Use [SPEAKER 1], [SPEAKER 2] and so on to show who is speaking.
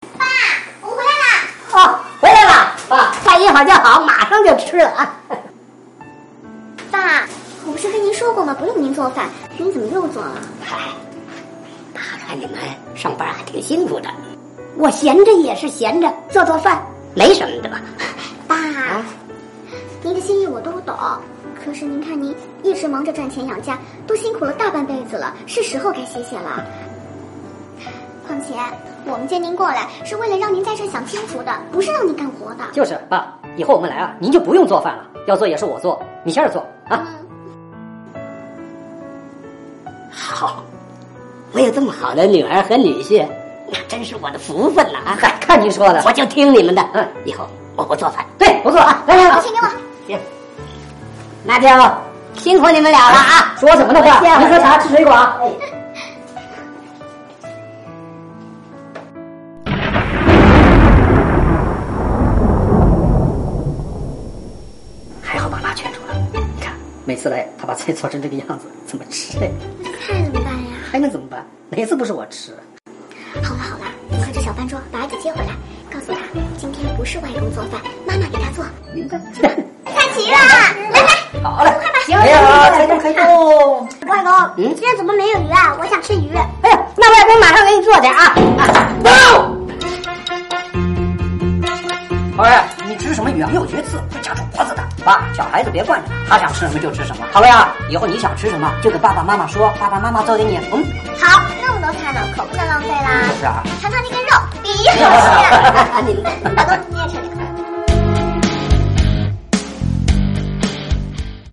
[SPEAKER 1] 哦
[SPEAKER 2] 啊
[SPEAKER 1] 法就好，马上就吃了啊！
[SPEAKER 3] 爸，我不是跟您说过吗？不用您做饭，您怎么又做了？啊
[SPEAKER 1] 嗨，爸看你们上班还挺辛苦的，我闲着也是闲着，做做饭啊没什么的吧？
[SPEAKER 3] 爸，您的心意我都懂，可是您看您一直忙着赚钱养家，都辛苦了大半辈子了，是时候该歇歇了。况且我们接您过来是为了让您在这享清福的，不是让您干活的。
[SPEAKER 2] 就是爸，以后我们来啊，您就不用做饭了，要做也是我做，米线儿做啊。
[SPEAKER 3] 嗯，
[SPEAKER 1] 好，我有这么好的女儿和女婿，那真是我的福分了啊！
[SPEAKER 2] 嗨，看您说的，
[SPEAKER 1] 我就听你们的，
[SPEAKER 2] 嗯，
[SPEAKER 1] 以后我不做饭。
[SPEAKER 2] 对，不错啊。来来
[SPEAKER 3] 把
[SPEAKER 2] 来，
[SPEAKER 3] 钱给我。
[SPEAKER 2] 行，
[SPEAKER 1] 那就辛苦你们俩了啊！
[SPEAKER 2] 哎
[SPEAKER 1] 哎
[SPEAKER 2] 说什么呢？话
[SPEAKER 1] 歇会儿
[SPEAKER 2] 没喝茶，吃水果啊。
[SPEAKER 1] 还好把妈劝住了，你看
[SPEAKER 2] 每次来，他把菜做成这个样子，怎么吃呀？
[SPEAKER 3] 菜怎么办呀？
[SPEAKER 2] 还能怎么办？哪次不是我吃？
[SPEAKER 3] 好了好了，你和这小饭桌把儿子接回来，告诉他今天不是外公做饭，妈妈给他做。
[SPEAKER 2] 明白。
[SPEAKER 3] 看齐了，来来，
[SPEAKER 2] 好嘞，
[SPEAKER 3] 行
[SPEAKER 2] 哎呀，开动开动！
[SPEAKER 3] 外公，今天怎么没有鱼啊？我想吃鱼。
[SPEAKER 1] 哎呀，那外公马上给你做点啊！啊，
[SPEAKER 2] 儿儿，你吃什么鱼啊？没有绝刺，会夹住脖子的。爸，小孩子别惯着他，他想吃什么就吃什么。好了呀，以后你想吃什么就给爸爸妈妈说，爸爸妈妈做给你。嗯，
[SPEAKER 3] 好，那么多菜呢，可不能浪费啦。
[SPEAKER 2] 是啊。
[SPEAKER 3] 尝尝那个肉，比鱼好吃。
[SPEAKER 1] 你们
[SPEAKER 3] 大哥，你也吃这个。